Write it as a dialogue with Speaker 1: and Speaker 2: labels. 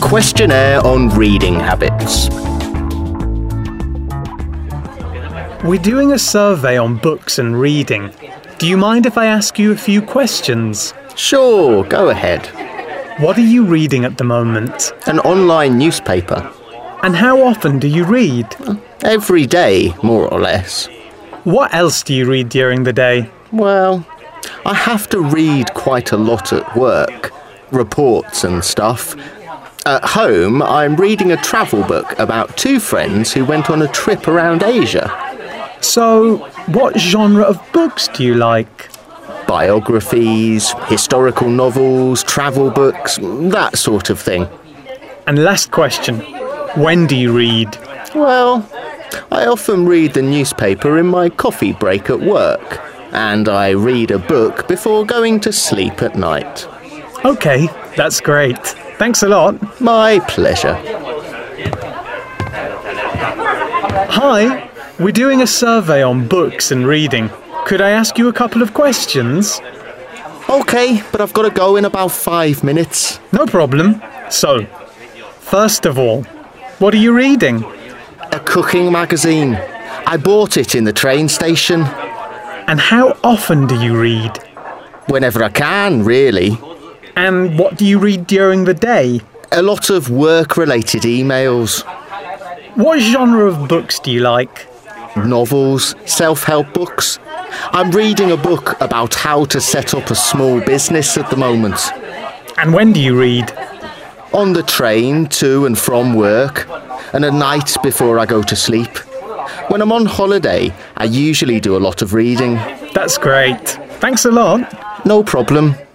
Speaker 1: questionnaire on reading habits.
Speaker 2: We're doing a survey on books and reading. Do you mind if I ask you a few questions?
Speaker 1: Sure, go ahead.
Speaker 2: What are you reading at the moment?
Speaker 1: An online newspaper.
Speaker 2: And how often do you read?
Speaker 1: Every day, more or less.
Speaker 2: What else do you read during the day?
Speaker 1: Well, I have to read quite a lot at work, reports and stuff. At home, I'm reading a travel book about two friends who went on a trip around Asia.
Speaker 2: So, what genre of books do you like?
Speaker 1: Biographies, historical novels, travel books, that sort of thing.
Speaker 2: And last question When do you read?
Speaker 1: Well, I often read the newspaper in my coffee break at work, and I read a book before going to sleep at night.
Speaker 2: Okay, that's great. Thanks a lot.
Speaker 1: My pleasure.
Speaker 2: Hi, we're doing a survey on books and reading. Could I ask you a couple of questions?
Speaker 1: Okay, but I've got to go in about five minutes.
Speaker 2: No problem. So, first of all, what are you reading?
Speaker 1: A cooking magazine. I bought it in the train station.
Speaker 2: And how often do you read?
Speaker 1: Whenever I can, really.
Speaker 2: And what do you read during the day?
Speaker 1: A lot of work related emails,
Speaker 2: What genre of books do you like?
Speaker 1: novels, self help books. I'm reading a book about how to set up a small business at the moment.
Speaker 2: And when do you read?
Speaker 1: On the train to and from work, and at night before I go to sleep. When I'm on holiday, I usually do a lot of reading.
Speaker 2: That's great. Thanks a lot.
Speaker 1: No problem.